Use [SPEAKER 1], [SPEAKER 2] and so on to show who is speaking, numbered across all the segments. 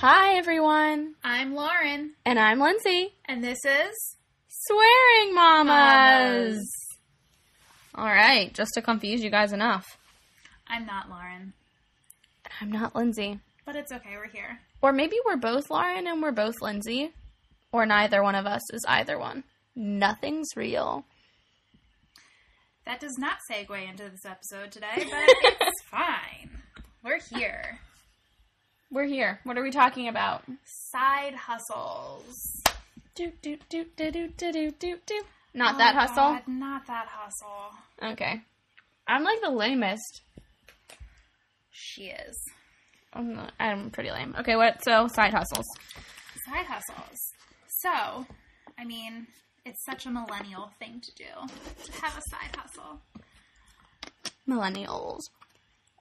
[SPEAKER 1] Hi, everyone.
[SPEAKER 2] I'm Lauren,
[SPEAKER 1] And I'm Lindsay.
[SPEAKER 2] and this is
[SPEAKER 1] Swearing Mamas.
[SPEAKER 2] Mamas.
[SPEAKER 1] All right, just to confuse you guys enough.
[SPEAKER 2] I'm not Lauren,
[SPEAKER 1] I'm not Lindsay.
[SPEAKER 2] but it's okay. We're here.
[SPEAKER 1] Or maybe we're both Lauren and we're both Lindsay. Or neither one of us is either one. Nothing's real.
[SPEAKER 2] That does not segue into this episode today, but it's fine. We're here.
[SPEAKER 1] We're here. What are we talking about?
[SPEAKER 2] Side hustles.
[SPEAKER 1] Do, do, do, do, do, do, do, do. Not
[SPEAKER 2] Oh,
[SPEAKER 1] that hustle?
[SPEAKER 2] God, not that hustle.
[SPEAKER 1] Okay. I'm like the lamest.
[SPEAKER 2] She is.
[SPEAKER 1] I'm, not, I'm pretty lame. Okay, what? So, side hustles.
[SPEAKER 2] Side hustles. So, I mean, it's such a millennial thing to do to have a side hustle.
[SPEAKER 1] Millennials.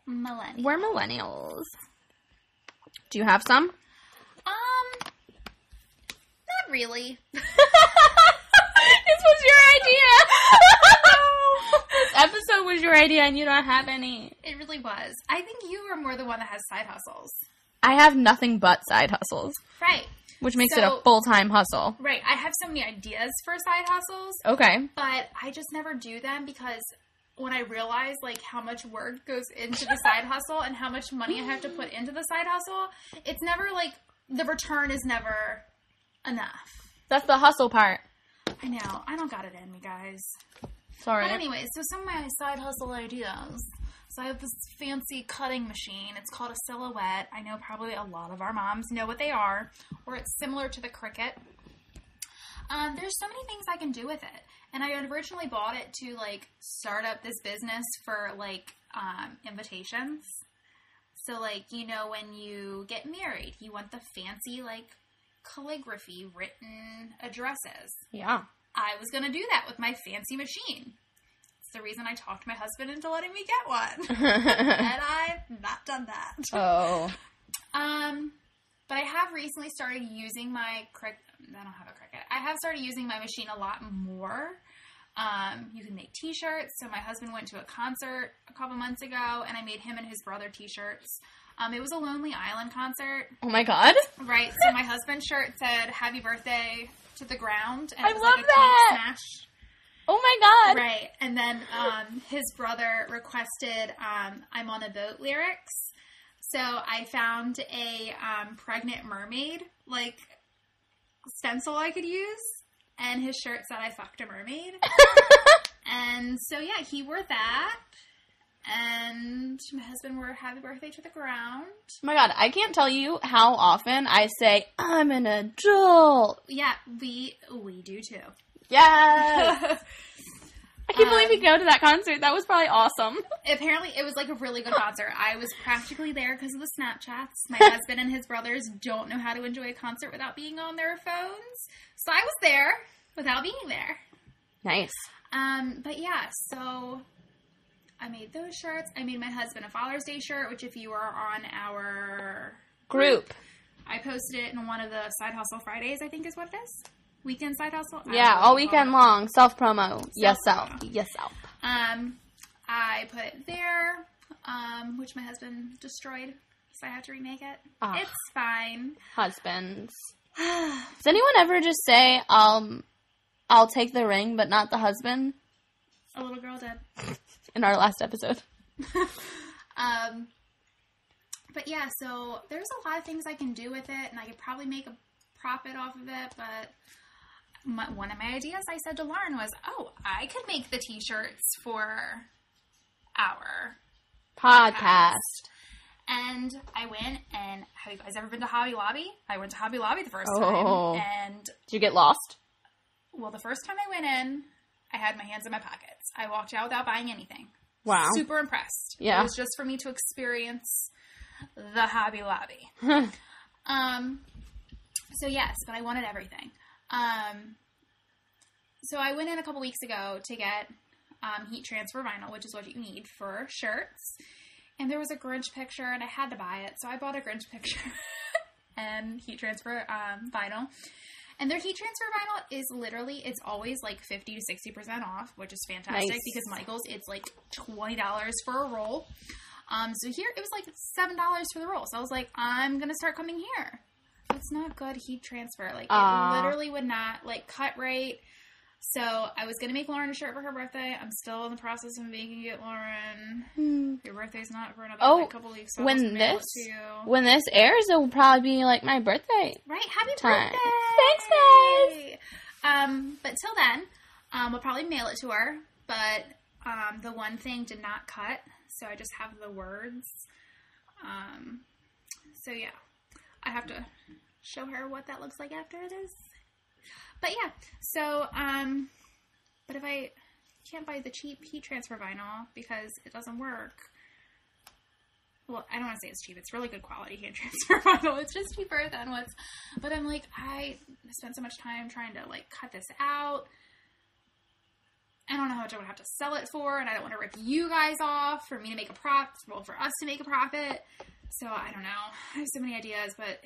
[SPEAKER 2] Millennial.
[SPEAKER 1] We're millennials. Do you have some?
[SPEAKER 2] Um, not really.
[SPEAKER 1] this was your idea. this episode was your idea, and you don't have any.
[SPEAKER 2] It really was. I think you are more the one that has side hustles.
[SPEAKER 1] I have nothing but side hustles,
[SPEAKER 2] Right.
[SPEAKER 1] which makes it a
[SPEAKER 2] So-
[SPEAKER 1] full time hustle.
[SPEAKER 2] Right. I have so many ideas for side hustles,
[SPEAKER 1] Okay.
[SPEAKER 2] but I just never do them because when I realize like how much work goes into the side hustle and how much money I have to put into the side hustle, it's never like the return is never enough.
[SPEAKER 1] That's the hustle part.
[SPEAKER 2] I know. I don't got it in me, guys.
[SPEAKER 1] Sorry.
[SPEAKER 2] But anyway, so some of my side hustle ideas. So I have this fancy cutting machine. It's called a silhouette. I know probably a lot of our moms know what they are, or it's similar to the Cricut. Um, there's so many things I can do with it, and I had originally bought it to like start up this business for like um, invitations. So like you know when you get married, you want the fancy like calligraphy written addresses.
[SPEAKER 1] yeah.
[SPEAKER 2] I was going to do that with my fancy machine. It's the reason I talked my husband into letting me get one. and I've not done that.
[SPEAKER 1] oh.
[SPEAKER 2] Um, but I have recently started using my crick. I don't have a cricket. I have started using my machine a lot more. Um, you can make T-shirts. So my husband went to a concert a couple months ago, and I made him and his brother T-shirts. Um, it was a Lonely Island concert,
[SPEAKER 1] Oh my god.
[SPEAKER 2] right? So my husband's shirt said "Happy Birthday to the Ground," and
[SPEAKER 1] I
[SPEAKER 2] it was
[SPEAKER 1] love
[SPEAKER 2] like a
[SPEAKER 1] that!
[SPEAKER 2] cake smash.
[SPEAKER 1] Oh my god.
[SPEAKER 2] Right. And then um, his brother requested um, I'm on a boat lyrics. So I found a um, pregnant mermaid like stencil I could use. And his shirt said I fucked a mermaid. and so yeah, he wore that. And my husband wore happy birthday to the ground.
[SPEAKER 1] Oh my god. I can't tell you how often I say, I'm an adult.
[SPEAKER 2] Yeah, we we do too.
[SPEAKER 1] Yes. I can't believe we
[SPEAKER 2] Um,
[SPEAKER 1] could go to that concert. That was probably awesome.
[SPEAKER 2] Apparently, it was like a really good concert. I was practically there because of the Snapchats. My husband and his brothers don't know how to enjoy a concert without being on their phones, so I was there without being there.
[SPEAKER 1] Nice.
[SPEAKER 2] Um, but yeah, so I made those shirts. I made my husband a Father's Day shirt, which if you are on our,
[SPEAKER 1] Group.
[SPEAKER 2] I posted it in one of the Side Hustle Fridays. I think is what it is. Weekend Side Hustle. I
[SPEAKER 1] Yeah,
[SPEAKER 2] don't
[SPEAKER 1] all
[SPEAKER 2] know.
[SPEAKER 1] weekend long. Self promo. Yourself.
[SPEAKER 2] Self-promo.
[SPEAKER 1] Yourself.
[SPEAKER 2] Um, I put it there, um, which my husband destroyed, so I have to remake it.
[SPEAKER 1] Ah.
[SPEAKER 2] It's fine.
[SPEAKER 1] Husbands. Does anyone ever just say, um, I'll take the ring but not the husband
[SPEAKER 2] A little girl did.
[SPEAKER 1] in our last episode?
[SPEAKER 2] Um, but yeah, so there's a lot of things I can do with it, and I could probably make a profit off of it. But my, one of my ideas I said to Lauren was, "Oh, I could make the T-shirts for our."
[SPEAKER 1] Podcast.
[SPEAKER 2] And I went, and have you guys ever been to Hobby Lobby? I went to Hobby Lobby the first
[SPEAKER 1] Oh.
[SPEAKER 2] time, and
[SPEAKER 1] Did you get lost?
[SPEAKER 2] Well, the first time I went in, I had my hands in my pockets. I walked out without buying anything.
[SPEAKER 1] Wow.
[SPEAKER 2] Super impressed.
[SPEAKER 1] Yeah.
[SPEAKER 2] It was just for me to experience the Hobby Lobby. Um, so yes, but I wanted everything. Um, so I went in a couple weeks ago to get um, heat transfer vinyl, which is what you need for shirts. And there was a Grinch picture, and I had to buy it, so I bought a Grinch picture and heat transfer um, vinyl. And their heat transfer vinyl is literally it's always like fifty to sixty percent off, which is fantastic
[SPEAKER 1] Nice.
[SPEAKER 2] because Michaels it's like twenty dollars for a roll. Um, so here it was like seven dollars for the roll. So I was like, I'm gonna start coming here. it's not good heat transfer. Like
[SPEAKER 1] Aw.
[SPEAKER 2] it literally would not like cut right. So I was gonna make Lauren a shirt for her birthday. I'm still in the process of making it, Lauren. Your birthday's not for another
[SPEAKER 1] Oh,
[SPEAKER 2] like, couple weeks. so I
[SPEAKER 1] when
[SPEAKER 2] wasn't able
[SPEAKER 1] this-
[SPEAKER 2] to-
[SPEAKER 1] When this airs, it will probably be like my birthday.
[SPEAKER 2] Right, happy
[SPEAKER 1] Time.
[SPEAKER 2] birthday!
[SPEAKER 1] Thanks,
[SPEAKER 2] guys. Um, but till then, um, we'll probably mail it to her. But um, the one thing did not cut, so I just have the words. Um, so yeah, I have to show her what that looks like after this. But yeah, so um, but if I can't buy the cheap heat transfer vinyl because it doesn't work. Well, I don't want to say it's cheap. It's really good quality heat transfer vinyl. It's just cheaper than what's. But I'm like, I spent so much time trying to like cut this out. I don't know how much I would have to sell it for, and I don't want to rip you guys off for me to make a profit. Well, for us to make a profit. So I don't know. I have so many ideas, but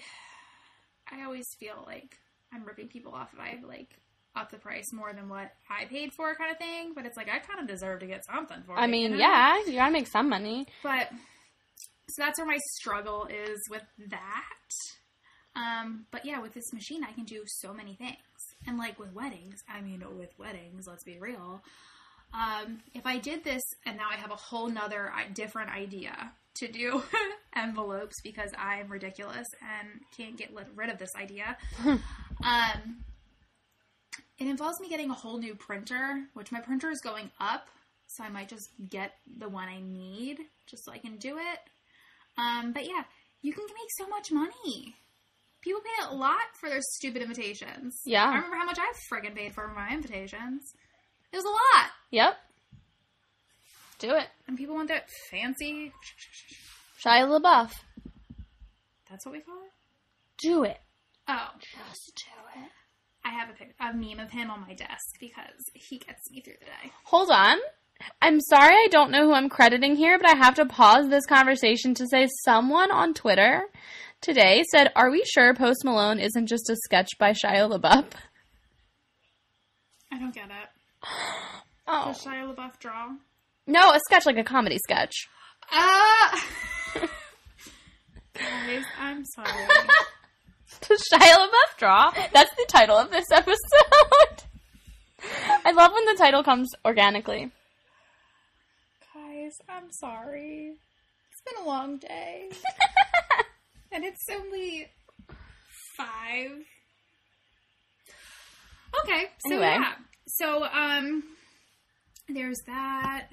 [SPEAKER 2] I always feel like I'm ripping people off if I like up the price more than what I paid for, kind of thing. But it's like I kind of deserve to get something for it.
[SPEAKER 1] I
[SPEAKER 2] you
[SPEAKER 1] mean,
[SPEAKER 2] know?
[SPEAKER 1] yeah, you gotta make some money.
[SPEAKER 2] But so that's where my struggle is with that. Um, but yeah, with this machine, I can do so many things. And like with weddings, I mean, with weddings, let's be real. Um, if I did this, and now I have a whole nother I- different idea to do envelopes because I'm ridiculous and can't get lit- rid of this idea. um, it involves me getting a whole new printer, which my printer is going up, so I might just get the one I need just so I can do it. Um, but yeah, you can make so much money. People pay a lot for their stupid invitations.
[SPEAKER 1] Yeah.
[SPEAKER 2] I remember how much I friggin' paid for my invitations. It was a lot.
[SPEAKER 1] Yep. Do it.
[SPEAKER 2] And people want that fancy.
[SPEAKER 1] Shia LaBeouf.
[SPEAKER 2] That's what we call it?
[SPEAKER 1] Do it.
[SPEAKER 2] Oh.
[SPEAKER 1] Just do it.
[SPEAKER 2] I have a, pic- a meme of him on my desk because he gets me through the day.
[SPEAKER 1] Hold on. I'm sorry I don't know who I'm crediting here, but I have to pause this conversation to say someone on Twitter today said, Are we sure Post Malone isn't just a sketch by Shia LaBeouf?
[SPEAKER 2] I don't get it.
[SPEAKER 1] Oh.
[SPEAKER 2] Does Shia LaBeouf draw?
[SPEAKER 1] No, a sketch like a comedy sketch.
[SPEAKER 2] Uh, guys, I'm sorry.
[SPEAKER 1] Does Shia LaBeouf draw? That's the title of this episode. I love when the title comes organically.
[SPEAKER 2] guys, I'm sorry. It's been a long day. and it's only five. Okay, so
[SPEAKER 1] Anyway.
[SPEAKER 2] yeah. So, um, there's that.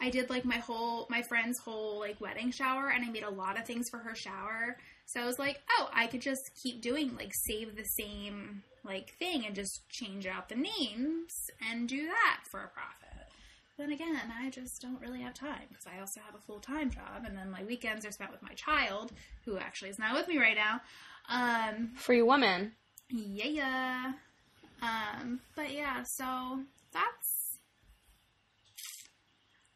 [SPEAKER 2] I did like my whole my friend's whole like wedding shower and I made a lot of things for her shower. So I was like, "Oh, I could just keep doing like save the same like thing and just change out the names and do that for a profit." Then again, I just don't really have time because I also have a full-time job and then my weekends are spent with my child who actually is not with me right now. Um
[SPEAKER 1] Free woman.
[SPEAKER 2] yeah. Um, but yeah, so that's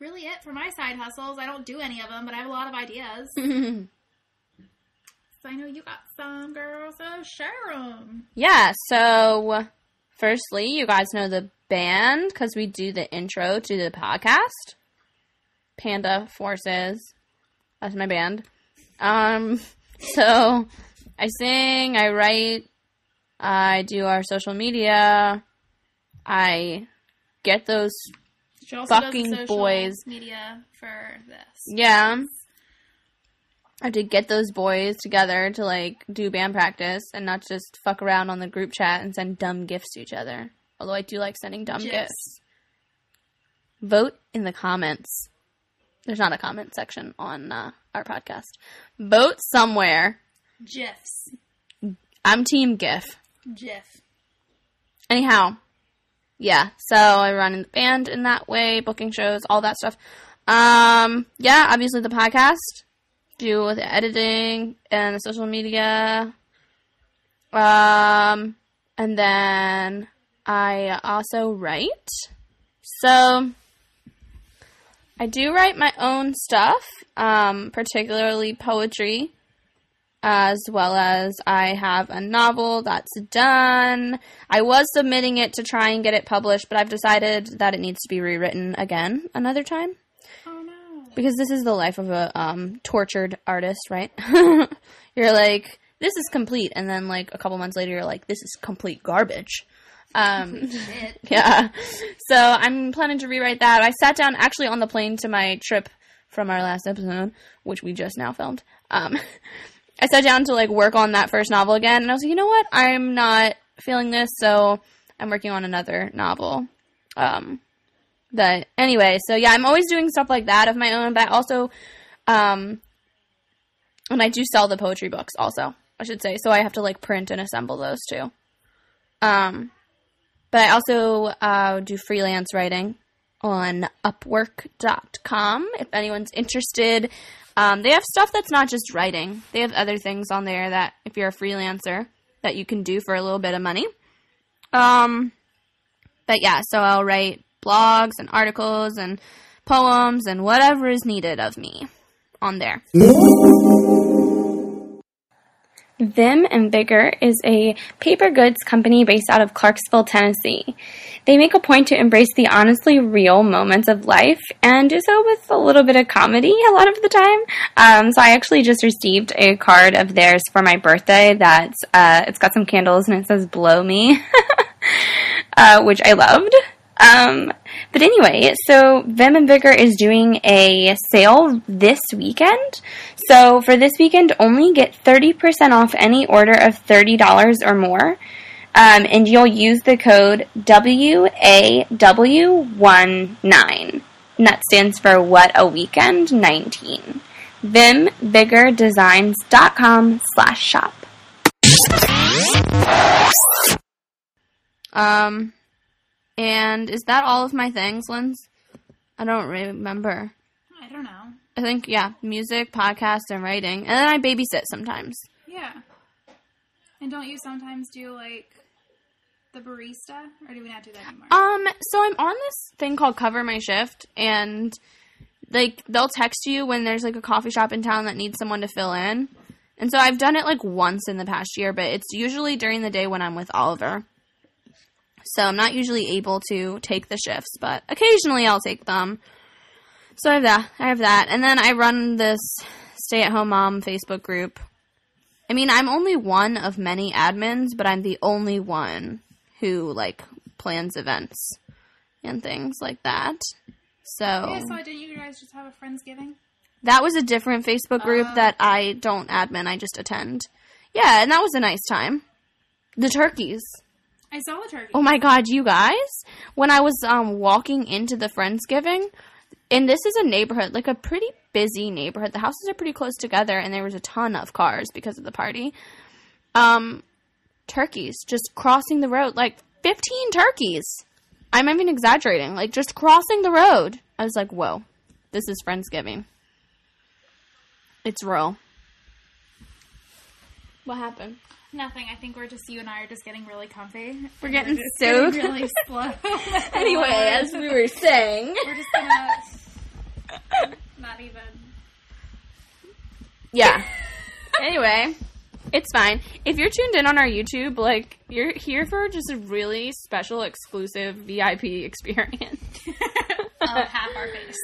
[SPEAKER 2] really it for my side hustles. I don't do any of them, but I have a lot of ideas. so I know you got some, girl, so share them.
[SPEAKER 1] Yeah, so firstly, you guys know the band because we do the intro to the podcast. Panda Forces. That's my band. Um, so I sing, I write, I do our social media, I get those.
[SPEAKER 2] She also does the
[SPEAKER 1] Fucking
[SPEAKER 2] social
[SPEAKER 1] boys.
[SPEAKER 2] media for this.
[SPEAKER 1] Yeah. I have to get those boys together to like do band practice and not just fuck around on the group chat and send dumb gifts to each other. Although I do like sending dumb
[SPEAKER 2] Gifs.
[SPEAKER 1] gifts. vote in the comments. There's not a comment section on uh, our podcast. Vote somewhere.
[SPEAKER 2] GIFs.
[SPEAKER 1] I'm Team GIF.
[SPEAKER 2] GIF.
[SPEAKER 1] Anyhow, yeah. So I run in the band in that way, booking shows, all that stuff. Um, yeah, obviously the podcast, do with the editing and the social media. Um, and then I also write. So I do write my own stuff, um, particularly poetry, as well as I have a novel that's done. I was submitting it to try and get it published, but I've decided that it needs to be rewritten again another time
[SPEAKER 2] Oh no.
[SPEAKER 1] because this is the life of a um, tortured artist, right? You're like, this is complete, and then like a couple months later, you're like, this is complete garbage. Um,
[SPEAKER 2] It.
[SPEAKER 1] yeah. So I'm planning to rewrite that. I sat down actually on the plane to my trip from our last episode, which we just now filmed. Um, I sat down to like work on that first novel again, and I was like, you know what? I'm not feeling this, so I'm working on another novel. Um, that anyway. So yeah, I'm always doing stuff like that of my own, but I also, um, and I do sell the poetry books also. I should say. So I have to like print and assemble those too. Um, but I also uh, do freelance writing on upwork.com if anyone's interested. Um, they have stuff that's not just writing, they have other things on there that, if you're a freelancer, that you can do for a little bit of money. Um, but yeah, so I'll write blogs and articles and poems and whatever is needed of me on there. Them and Vigor is a paper goods company based out of Clarksville, Tennessee. They make a point to embrace the honestly real moments of life and do so with a little bit of comedy a lot of the time. Um, so I actually just received a card of theirs for my birthday that's uh, it's got some candles and it says "Blow Me." uh, which I loved. Um, but anyway, so Vim and Vigor is doing a sale this weekend. So for this weekend only, get 30% off any order of $30 or more. Um, and you'll use the code WAW19. And that stands for What a Weekend 19. VimVigorDesigns.com slash shop. Um, and is that all of my things, Linz? I don't remember.
[SPEAKER 2] I don't know.
[SPEAKER 1] I think yeah, music, podcast, and writing, and then I babysit sometimes.
[SPEAKER 2] Yeah. And don't you sometimes do like the barista, or do we not do that anymore?
[SPEAKER 1] Um, so I'm on this thing called Cover My Shift, and like they'll text you when there's like a coffee shop in town that needs someone to fill in. And so I've done it like once in the past year, but it's usually during the day when I'm with Oliver. So I'm not usually able to take the shifts, but occasionally I'll take them. So I have that. I have that. And then I run this stay at home mom Facebook group. I mean, I'm only one of many admins, but I'm the only one who like plans events and things like that. So
[SPEAKER 2] yeah, so didn't you guys just have a friendsgiving?
[SPEAKER 1] that was a different Facebook group
[SPEAKER 2] Oh.
[SPEAKER 1] that I don't admin, I just attend. Yeah, and that was a nice time. The turkeys.
[SPEAKER 2] I saw the turkey.
[SPEAKER 1] Oh my god, you guys! When I was um walking into the Friendsgiving, and this is a neighborhood, like a pretty busy neighborhood. The houses are pretty close together, and there was a ton of cars because of the party. Um, turkeys just crossing the road, like fifteen turkeys. I'm even exaggerating, like just crossing the road. I was like, whoa, this is Friendsgiving. It's real. What happened?
[SPEAKER 2] Nothing. I think we're just you and I are just getting really comfy.
[SPEAKER 1] We're
[SPEAKER 2] And
[SPEAKER 1] getting
[SPEAKER 2] just
[SPEAKER 1] so-
[SPEAKER 2] getting really slow.
[SPEAKER 1] Anyway, as we were saying.
[SPEAKER 2] we're just gonna not even.
[SPEAKER 1] Yeah. anyway, it's fine. If you're tuned in on our YouTube, like you're here for just a really special, exclusive VIP experience.
[SPEAKER 2] Oh, half our face.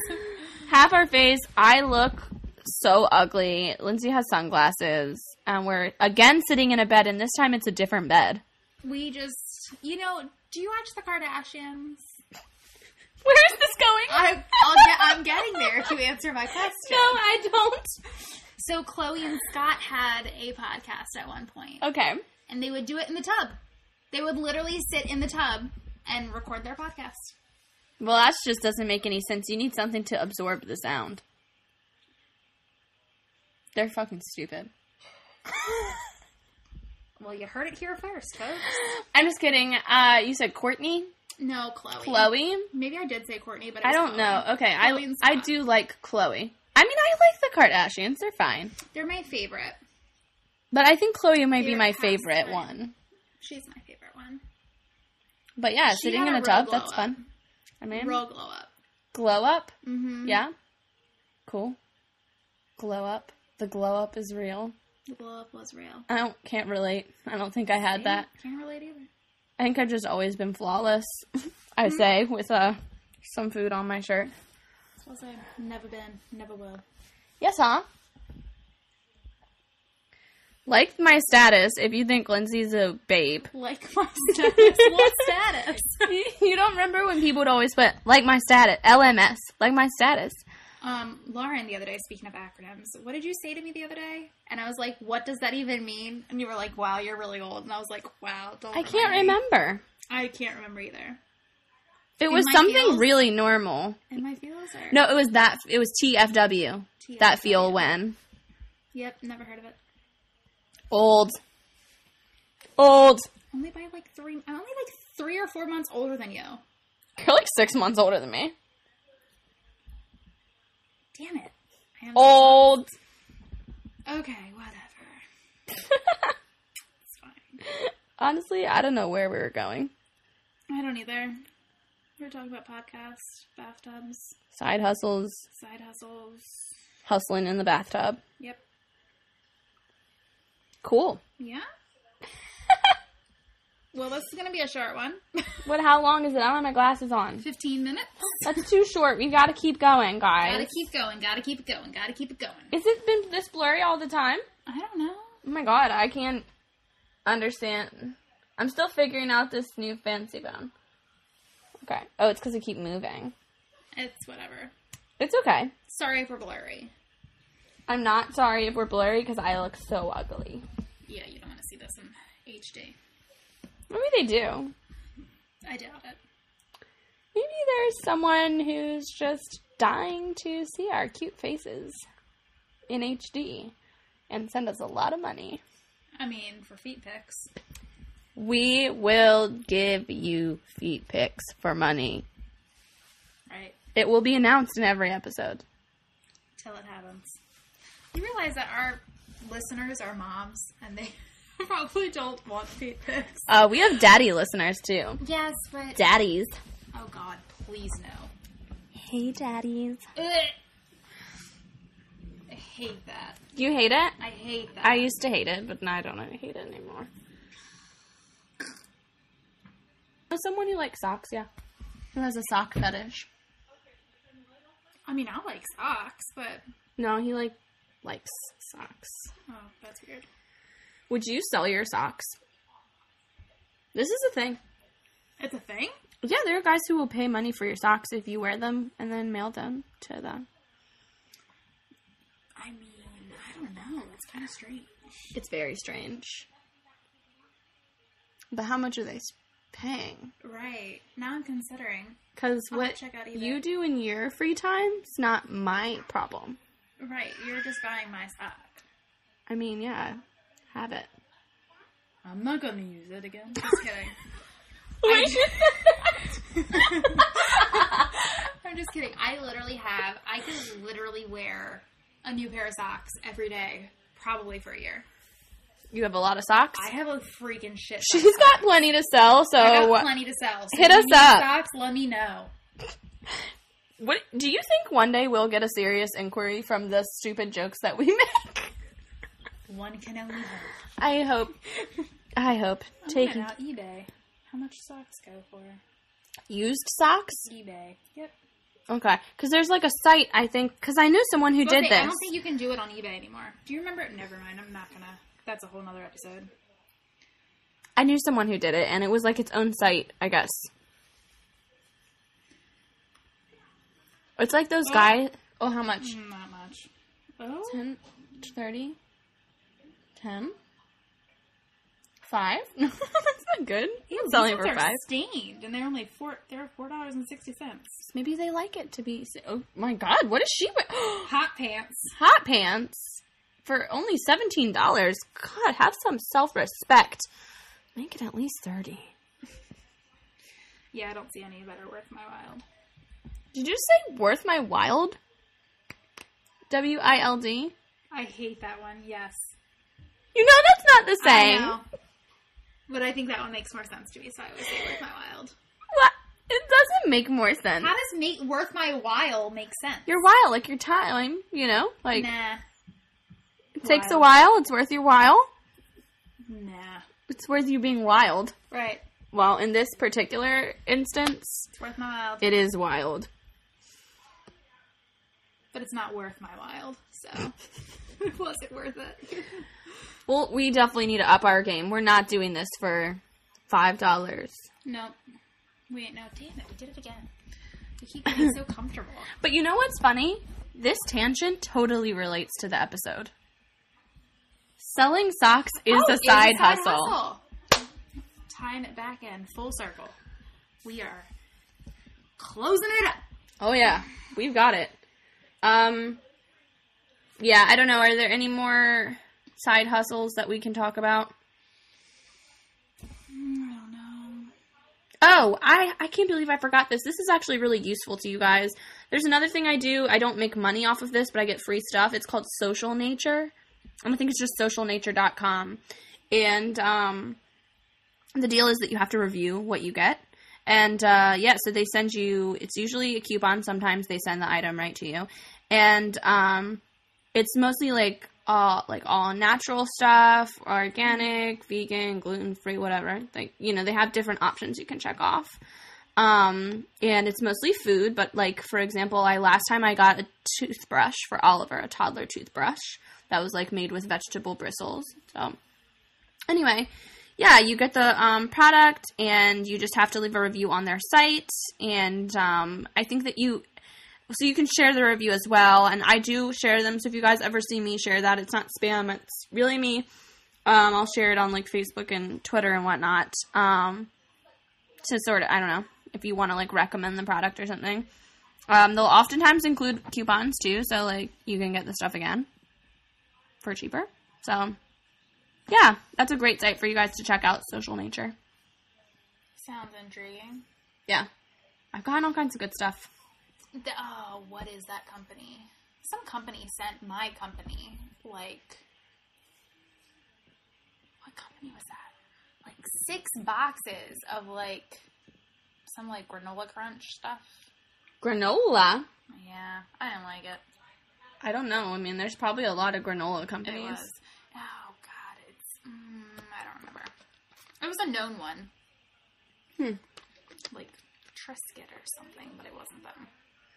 [SPEAKER 1] Half our face, I look so ugly. Lindsay has sunglasses, and we're again sitting in a bed, and this time it's a different bed.
[SPEAKER 2] We just, you know, do you watch the Kardashians?
[SPEAKER 1] Where is this going?
[SPEAKER 2] I, I'll get, I'm getting there if you answer my question.
[SPEAKER 1] no, I don't.
[SPEAKER 2] So Chloe and Scott had a podcast at one point,
[SPEAKER 1] Okay.
[SPEAKER 2] and they would do it in the tub. They would literally sit in the tub and record their podcast.
[SPEAKER 1] Well, that just doesn't make any sense. You need something to absorb the sound. They're fucking stupid.
[SPEAKER 2] Well, you heard it here first, folks.
[SPEAKER 1] I'm just kidding. Uh, you said Courtney,
[SPEAKER 2] No, Chloe.
[SPEAKER 1] Chloe.
[SPEAKER 2] Maybe I did say Courtney, but it
[SPEAKER 1] I
[SPEAKER 2] was
[SPEAKER 1] don't
[SPEAKER 2] Chloe.
[SPEAKER 1] know. Okay,
[SPEAKER 2] Chloe
[SPEAKER 1] I
[SPEAKER 2] and
[SPEAKER 1] I
[SPEAKER 2] Scott.
[SPEAKER 1] do like Chloe. I mean, I like the Kardashians. They're fine,
[SPEAKER 2] They're my favorite.
[SPEAKER 1] but I think Chloe might be
[SPEAKER 2] They're
[SPEAKER 1] my
[SPEAKER 2] past
[SPEAKER 1] favorite
[SPEAKER 2] time.
[SPEAKER 1] one.
[SPEAKER 2] She's my favorite one.
[SPEAKER 1] But yeah,
[SPEAKER 2] She
[SPEAKER 1] sitting
[SPEAKER 2] had
[SPEAKER 1] in
[SPEAKER 2] a
[SPEAKER 1] a
[SPEAKER 2] real
[SPEAKER 1] tub,
[SPEAKER 2] glow
[SPEAKER 1] that's
[SPEAKER 2] up.
[SPEAKER 1] fun. I mean,
[SPEAKER 2] Real glow up.
[SPEAKER 1] glow up.
[SPEAKER 2] Mm-hmm.
[SPEAKER 1] Yeah, cool. Glow up. The glow up is real.
[SPEAKER 2] The glow up was real.
[SPEAKER 1] I don't can't relate. I don't think I had that.
[SPEAKER 2] Can't relate either.
[SPEAKER 1] I think I've just always been flawless. I
[SPEAKER 2] Mm-hmm.
[SPEAKER 1] say with uh some food on my shirt.
[SPEAKER 2] That's what I say. Never been. Never will.
[SPEAKER 1] Yes, huh? Like my status, if you think Lindsay's a babe.
[SPEAKER 2] Like my status. what status?
[SPEAKER 1] you don't remember when people would always put, like my status, LMS, like my status.
[SPEAKER 2] Um, Lauren, the other day, speaking of acronyms, what did you say to me the other day? And I was like, what does that even mean? And you were like, wow, you're really old. And I was like, wow, don't.
[SPEAKER 1] I can't
[SPEAKER 2] remind me.
[SPEAKER 1] remember.
[SPEAKER 2] I can't remember either.
[SPEAKER 1] It
[SPEAKER 2] In
[SPEAKER 1] was
[SPEAKER 2] my
[SPEAKER 1] something
[SPEAKER 2] feels?
[SPEAKER 1] really normal.
[SPEAKER 2] And my feels are.
[SPEAKER 1] No, it was that, it was TFW.
[SPEAKER 2] TFW.
[SPEAKER 1] That feel when.
[SPEAKER 2] Yep, never heard of it.
[SPEAKER 1] Old. Old.
[SPEAKER 2] Only by like three. I'm only like three or four months older than you.
[SPEAKER 1] You're like six months older than me.
[SPEAKER 2] Damn it. I am
[SPEAKER 1] Oh. Old.
[SPEAKER 2] Okay, whatever. it's fine.
[SPEAKER 1] Honestly, I don't know where we were going.
[SPEAKER 2] I don't either. We're talking about podcasts, bathtubs,
[SPEAKER 1] Side hustles,
[SPEAKER 2] side hustles.
[SPEAKER 1] hustling in the bathtub.
[SPEAKER 2] Yep.
[SPEAKER 1] Cool.
[SPEAKER 2] Yeah. well, this is gonna be a short one.
[SPEAKER 1] What? How long is it? I don't have my glasses on.
[SPEAKER 2] Fifteen minutes.
[SPEAKER 1] That's too short. We gotta keep going, guys.
[SPEAKER 2] Gotta keep going. Gotta keep it going. Gotta keep it going.
[SPEAKER 1] Is it been this blurry all the time?
[SPEAKER 2] I don't know.
[SPEAKER 1] Oh my god, I can't understand. I'm still figuring out this new fancy bone. Okay. Oh, it's because I keep moving.
[SPEAKER 2] It's whatever.
[SPEAKER 1] It's okay.
[SPEAKER 2] Sorry for blurry.
[SPEAKER 1] I'm not sorry if we're blurry because I look so ugly.
[SPEAKER 2] Yeah, you don't want to see this in HD.
[SPEAKER 1] Maybe they do.
[SPEAKER 2] I doubt it.
[SPEAKER 1] Maybe there's someone who's just dying to see our cute faces in HD and send us a lot of money.
[SPEAKER 2] I mean, for feet pics.
[SPEAKER 1] We will give you feet pics for money.
[SPEAKER 2] Right.
[SPEAKER 1] It will be announced in every episode.
[SPEAKER 2] Till it happens. You realize that our listeners are moms and they probably don't want feet pics.
[SPEAKER 1] Uh, we have daddy listeners too.
[SPEAKER 2] Yes, but.
[SPEAKER 1] Daddies.
[SPEAKER 2] oh god, please no.
[SPEAKER 1] Hey, daddies.
[SPEAKER 2] Ugh. I hate that.
[SPEAKER 1] Do you hate it?
[SPEAKER 2] I hate that.
[SPEAKER 1] I used to hate it, but now I don't hate it anymore. Know Someone who likes socks, yeah. Who has a sock fetish?
[SPEAKER 2] I mean, I like socks, but.
[SPEAKER 1] No, he like likes socks.
[SPEAKER 2] Oh, that's weird.
[SPEAKER 1] Would you sell your socks? This is a thing.
[SPEAKER 2] It's a thing?
[SPEAKER 1] Yeah, there are guys who will pay money for your socks if you wear them and then mail them to them.
[SPEAKER 2] I mean, I don't know. It's kind of strange.
[SPEAKER 1] It's very strange. But how much are they s- paying?
[SPEAKER 2] Right. Now I'm considering.
[SPEAKER 1] Because
[SPEAKER 2] I'll have to
[SPEAKER 1] what
[SPEAKER 2] check out either.
[SPEAKER 1] you do in your free time is not my problem.
[SPEAKER 2] Right, you're just buying my sock.
[SPEAKER 1] I mean, yeah, have it.
[SPEAKER 2] I'm not gonna use it again. Just kidding. I'm just kidding. I literally have, I could literally wear a new pair of socks every day, probably for a year.
[SPEAKER 1] you have a lot of socks?
[SPEAKER 2] I have a freaking shit. ton of
[SPEAKER 1] She's got plenty to sell, so.
[SPEAKER 2] socks. I got plenty to sell. So
[SPEAKER 1] Hit
[SPEAKER 2] if you
[SPEAKER 1] us
[SPEAKER 2] need
[SPEAKER 1] up.
[SPEAKER 2] Socks, let me know.
[SPEAKER 1] What do you think one day we'll get a serious inquiry from the stupid jokes that we make?
[SPEAKER 2] One can only hope.
[SPEAKER 1] I hope. I hope.
[SPEAKER 2] Take
[SPEAKER 1] Taking
[SPEAKER 2] out eBay. How much socks go for?
[SPEAKER 1] used socks?
[SPEAKER 2] eBay. Yep.
[SPEAKER 1] Okay. Because there's like a site, I think. Because I knew someone who did
[SPEAKER 2] Okay,
[SPEAKER 1] this.
[SPEAKER 2] I don't think you can do it on eBay anymore. Do you remember? Never mind. I'm not gonna. That's a whole nother episode.
[SPEAKER 1] I knew someone who did it, and it was like its own site, I guess. It's like those
[SPEAKER 2] Oh.
[SPEAKER 1] guys. Oh, how much?
[SPEAKER 2] Mm, Not much. Oh,
[SPEAKER 1] 10, 30, 10, 5. That's not good.
[SPEAKER 2] Ew,
[SPEAKER 1] It's selling
[SPEAKER 2] these
[SPEAKER 1] for
[SPEAKER 2] ones
[SPEAKER 1] 5.
[SPEAKER 2] are Stained, and they're only four. They're four dollars and sixty cents.
[SPEAKER 1] Maybe they like it to be. Oh my god, what is she wearing?
[SPEAKER 2] Hot pants.
[SPEAKER 1] Hot pants for only $17. God, have some self respect. Make it at least 30
[SPEAKER 2] Yeah, I don't see any that are worth my while.
[SPEAKER 1] Did you say worth my wild? W I L D?
[SPEAKER 2] I hate that one. Yes.
[SPEAKER 1] You know that's not the
[SPEAKER 2] I
[SPEAKER 1] same.
[SPEAKER 2] know. But I think that one makes more sense to me, so I always say worth my wild.
[SPEAKER 1] What? It doesn't make more sense.
[SPEAKER 2] How does make worth my while make sense?
[SPEAKER 1] Your while, like your time, you know? Like,
[SPEAKER 2] nah,
[SPEAKER 1] it takes a while, it's worth your while.
[SPEAKER 2] nah.
[SPEAKER 1] It's worth you being wild.
[SPEAKER 2] Right.
[SPEAKER 1] Well, in this particular instance,
[SPEAKER 2] It's worth my wild,
[SPEAKER 1] it is wild.
[SPEAKER 2] but it's not worth my wild. So was it worth it?
[SPEAKER 1] Well, we definitely need to up our game. We're not doing this for five dollars.
[SPEAKER 2] nope. We ain't no. Damn it, we did it again. We keep getting so comfortable.
[SPEAKER 1] But you know what's funny? This tangent totally relates to the episode. Selling socks is
[SPEAKER 2] Oh,
[SPEAKER 1] a
[SPEAKER 2] it's
[SPEAKER 1] side, hustle.
[SPEAKER 2] hustle. Tying it back in full circle. We are closing it up.
[SPEAKER 1] Oh yeah, we've got it. Um, yeah, I don't know. Are there any more side hustles that we can talk about?
[SPEAKER 2] I don't know.
[SPEAKER 1] Oh, I, I can't believe I forgot this. This is actually really useful to you guys. There's another thing I do. I don't make money off of this, but I get free stuff. It's called Social Nature. And I think it's just socialnature.com. And um, the deal is that you have to review what you get. And uh, yeah, so they send you, it's usually a coupon. Sometimes they send the item right to you. And um, it's mostly like all like all natural stuff, organic, vegan, gluten free, whatever. Like you know, they have different options you can check off. Um, and it's mostly food, but like for example, I last time I got a toothbrush for Oliver, a toddler toothbrush that was like made with vegetable bristles. So anyway, yeah, you get the um, product, and you just have to leave a review on their site. And um, I think that you so you can share the review as well and i do share them so if you guys ever see me share that it's not spam it's really me um, i'll share it on like facebook and twitter and whatnot um, to sort of i don't know if you want to like recommend the product or something um, they'll oftentimes include coupons too so like you can get the stuff again for cheaper so yeah that's a great site for you guys to check out social nature
[SPEAKER 2] Sounds intriguing.
[SPEAKER 1] yeah i've gotten all kinds of good stuff
[SPEAKER 2] The, oh, what is that company? Some company sent my company like what company was that? Like six boxes of like some like granola crunch stuff.
[SPEAKER 1] granola
[SPEAKER 2] Yeah, I didn't like it.
[SPEAKER 1] I don't know. I mean, there's probably a lot of granola
[SPEAKER 2] It
[SPEAKER 1] companies.
[SPEAKER 2] was. Oh God, it's. Mm, I don't remember. It was a known one.
[SPEAKER 1] Hmm.
[SPEAKER 2] Like Triscuit or something, but it wasn't them.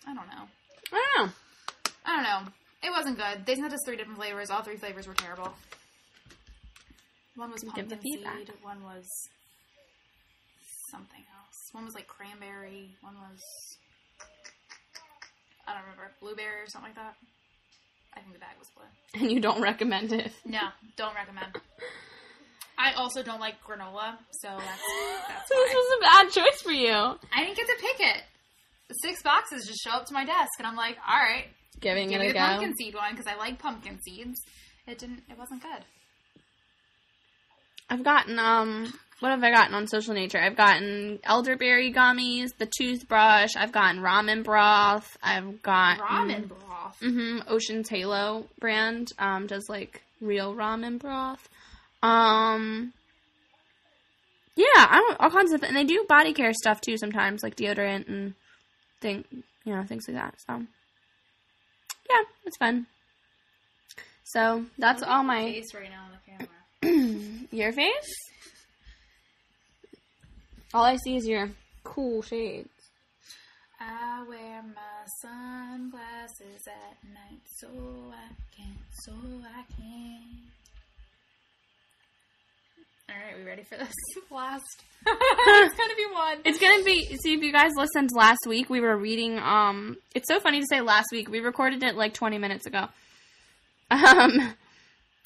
[SPEAKER 2] I don't know.
[SPEAKER 1] I don't know.
[SPEAKER 2] I don't know. It wasn't good. They sent us three different flavors. All three flavors were terrible. One was
[SPEAKER 1] Give the
[SPEAKER 2] pumpkin
[SPEAKER 1] feedback.
[SPEAKER 2] seed. One was something else. One was like cranberry. One was I don't remember blueberry or something like that. I think the bag was blue.
[SPEAKER 1] And you don't recommend it.
[SPEAKER 2] No, don't recommend. I also don't like granola, so that's, that's
[SPEAKER 1] this
[SPEAKER 2] why.
[SPEAKER 1] was a bad choice for you.
[SPEAKER 2] I didn't get to pick it. Six boxes just show up to my desk, and I'm like, all right,
[SPEAKER 1] Giving
[SPEAKER 2] give me
[SPEAKER 1] it a
[SPEAKER 2] the
[SPEAKER 1] go.
[SPEAKER 2] pumpkin seed one because I like pumpkin seeds. It didn't. It wasn't good.
[SPEAKER 1] I've gotten um. What have I gotten on social nature? I've gotten elderberry gummies, the toothbrush. I've gotten ramen broth. I've got mm,
[SPEAKER 2] Ramen broth.
[SPEAKER 1] Mm-hmm. Ocean's Halo brand um, does like real ramen broth. Um, yeah, I don't all kinds of and they do body care stuff too sometimes, like deodorant and thing, you know, things like that. So yeah, it's fun. So that's all my
[SPEAKER 2] face right now on the camera.
[SPEAKER 1] your face. All I see is your cool shades.
[SPEAKER 2] I wear my sunglasses at night so I can, so I can. All right, we ready for this last? it's gonna be one.
[SPEAKER 1] It's gonna be. See, if you guys listened last week, we were reading. Um, it's so funny to say last week. We recorded it like 20 minutes ago. Um,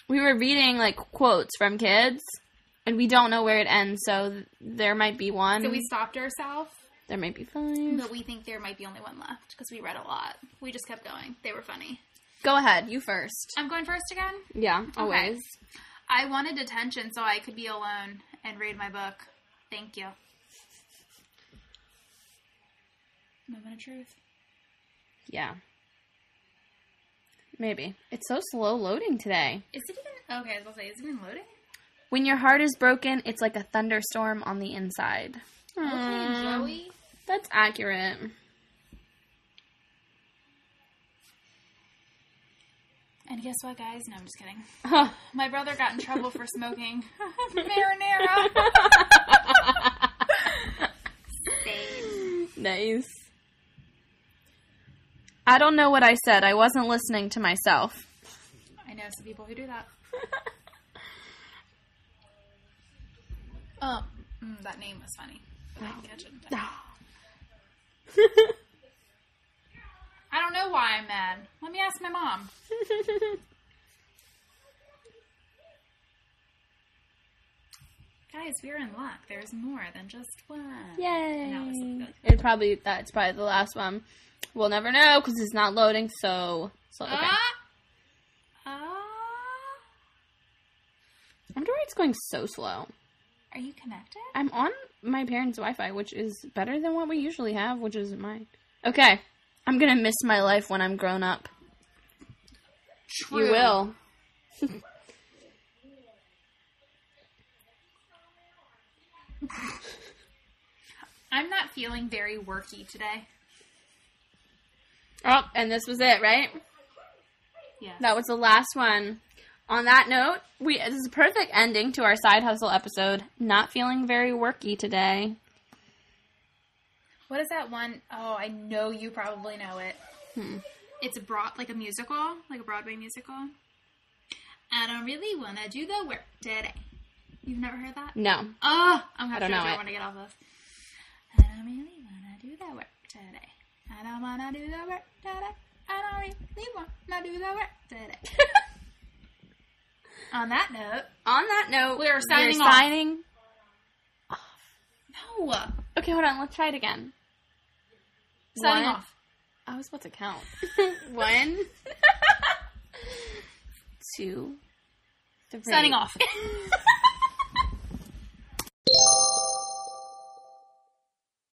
[SPEAKER 1] we were reading like quotes from kids, and we don't know where it ends. So th- there might be one.
[SPEAKER 2] so we stopped ourselves,
[SPEAKER 1] there might be five.
[SPEAKER 2] but we think there might be only one left because we read a lot. We just kept going. They were funny.
[SPEAKER 1] Go ahead, you first.
[SPEAKER 2] I'm going first again.
[SPEAKER 1] Yeah, always.
[SPEAKER 2] I wanted attention so I could be alone and read my book. Thank you. Moment of truth.
[SPEAKER 1] Yeah. Maybe it's so slow loading today.
[SPEAKER 2] Is it even okay? I was gonna say, is it even loading?
[SPEAKER 1] When your heart is broken, it's like a thunderstorm on the inside.
[SPEAKER 2] Hmm. Okay,
[SPEAKER 1] Aw,
[SPEAKER 2] Joey.
[SPEAKER 1] That's accurate.
[SPEAKER 2] And guess what, guys? No, I'm just kidding. My brother got in trouble for smoking marinara. Same.
[SPEAKER 1] Nice. I don't know what I said. I wasn't listening to myself.
[SPEAKER 2] I know know some people who do that. um, mm, that name was funny. but I didn't catch it. I don't know why I'm mad. Let me ask my mom. Guys, we're in luck. There's more than just one. And that was
[SPEAKER 1] Yay!
[SPEAKER 2] the-
[SPEAKER 1] It probably that's probably the last one. We'll never know because it's not loading. So, so okay.
[SPEAKER 2] Ah! Uh, Ah!
[SPEAKER 1] I wonder why it's going so slow.
[SPEAKER 2] Are you connected?
[SPEAKER 1] I'm on my parents' Wi-Fi, which is better than what we usually have, which isn't mine. Okay, I'm gonna miss my life when I'm grown up. You will.
[SPEAKER 2] I'm not feeling very worky today.
[SPEAKER 1] Oh, and this was it, right?
[SPEAKER 2] Yeah.
[SPEAKER 1] That was the last one. On that note, we this is a perfect ending to our side hustle episode. Not feeling very worky today.
[SPEAKER 2] What is that one? Oh, I know you probably know it.
[SPEAKER 1] Hmm.
[SPEAKER 2] It's a broad, like a musical, like a Broadway musical. I don't really wanna do the work today. You've never heard that?
[SPEAKER 1] No.
[SPEAKER 2] Oh, I'm
[SPEAKER 1] I don't
[SPEAKER 2] gonna have to
[SPEAKER 1] know
[SPEAKER 2] I
[SPEAKER 1] it.
[SPEAKER 2] want to get off this. I don't really wanna do the work today. I don't wanna do the work today. I don't really wanna do the work today. On that note,
[SPEAKER 1] On that note,
[SPEAKER 2] We are signing
[SPEAKER 1] we're
[SPEAKER 2] off.
[SPEAKER 1] signing-
[SPEAKER 2] no,
[SPEAKER 1] Okay, hold on. Let's try it again.
[SPEAKER 2] signing
[SPEAKER 1] One-
[SPEAKER 2] off.
[SPEAKER 1] I was about to count. One, two, three.
[SPEAKER 2] Signing off.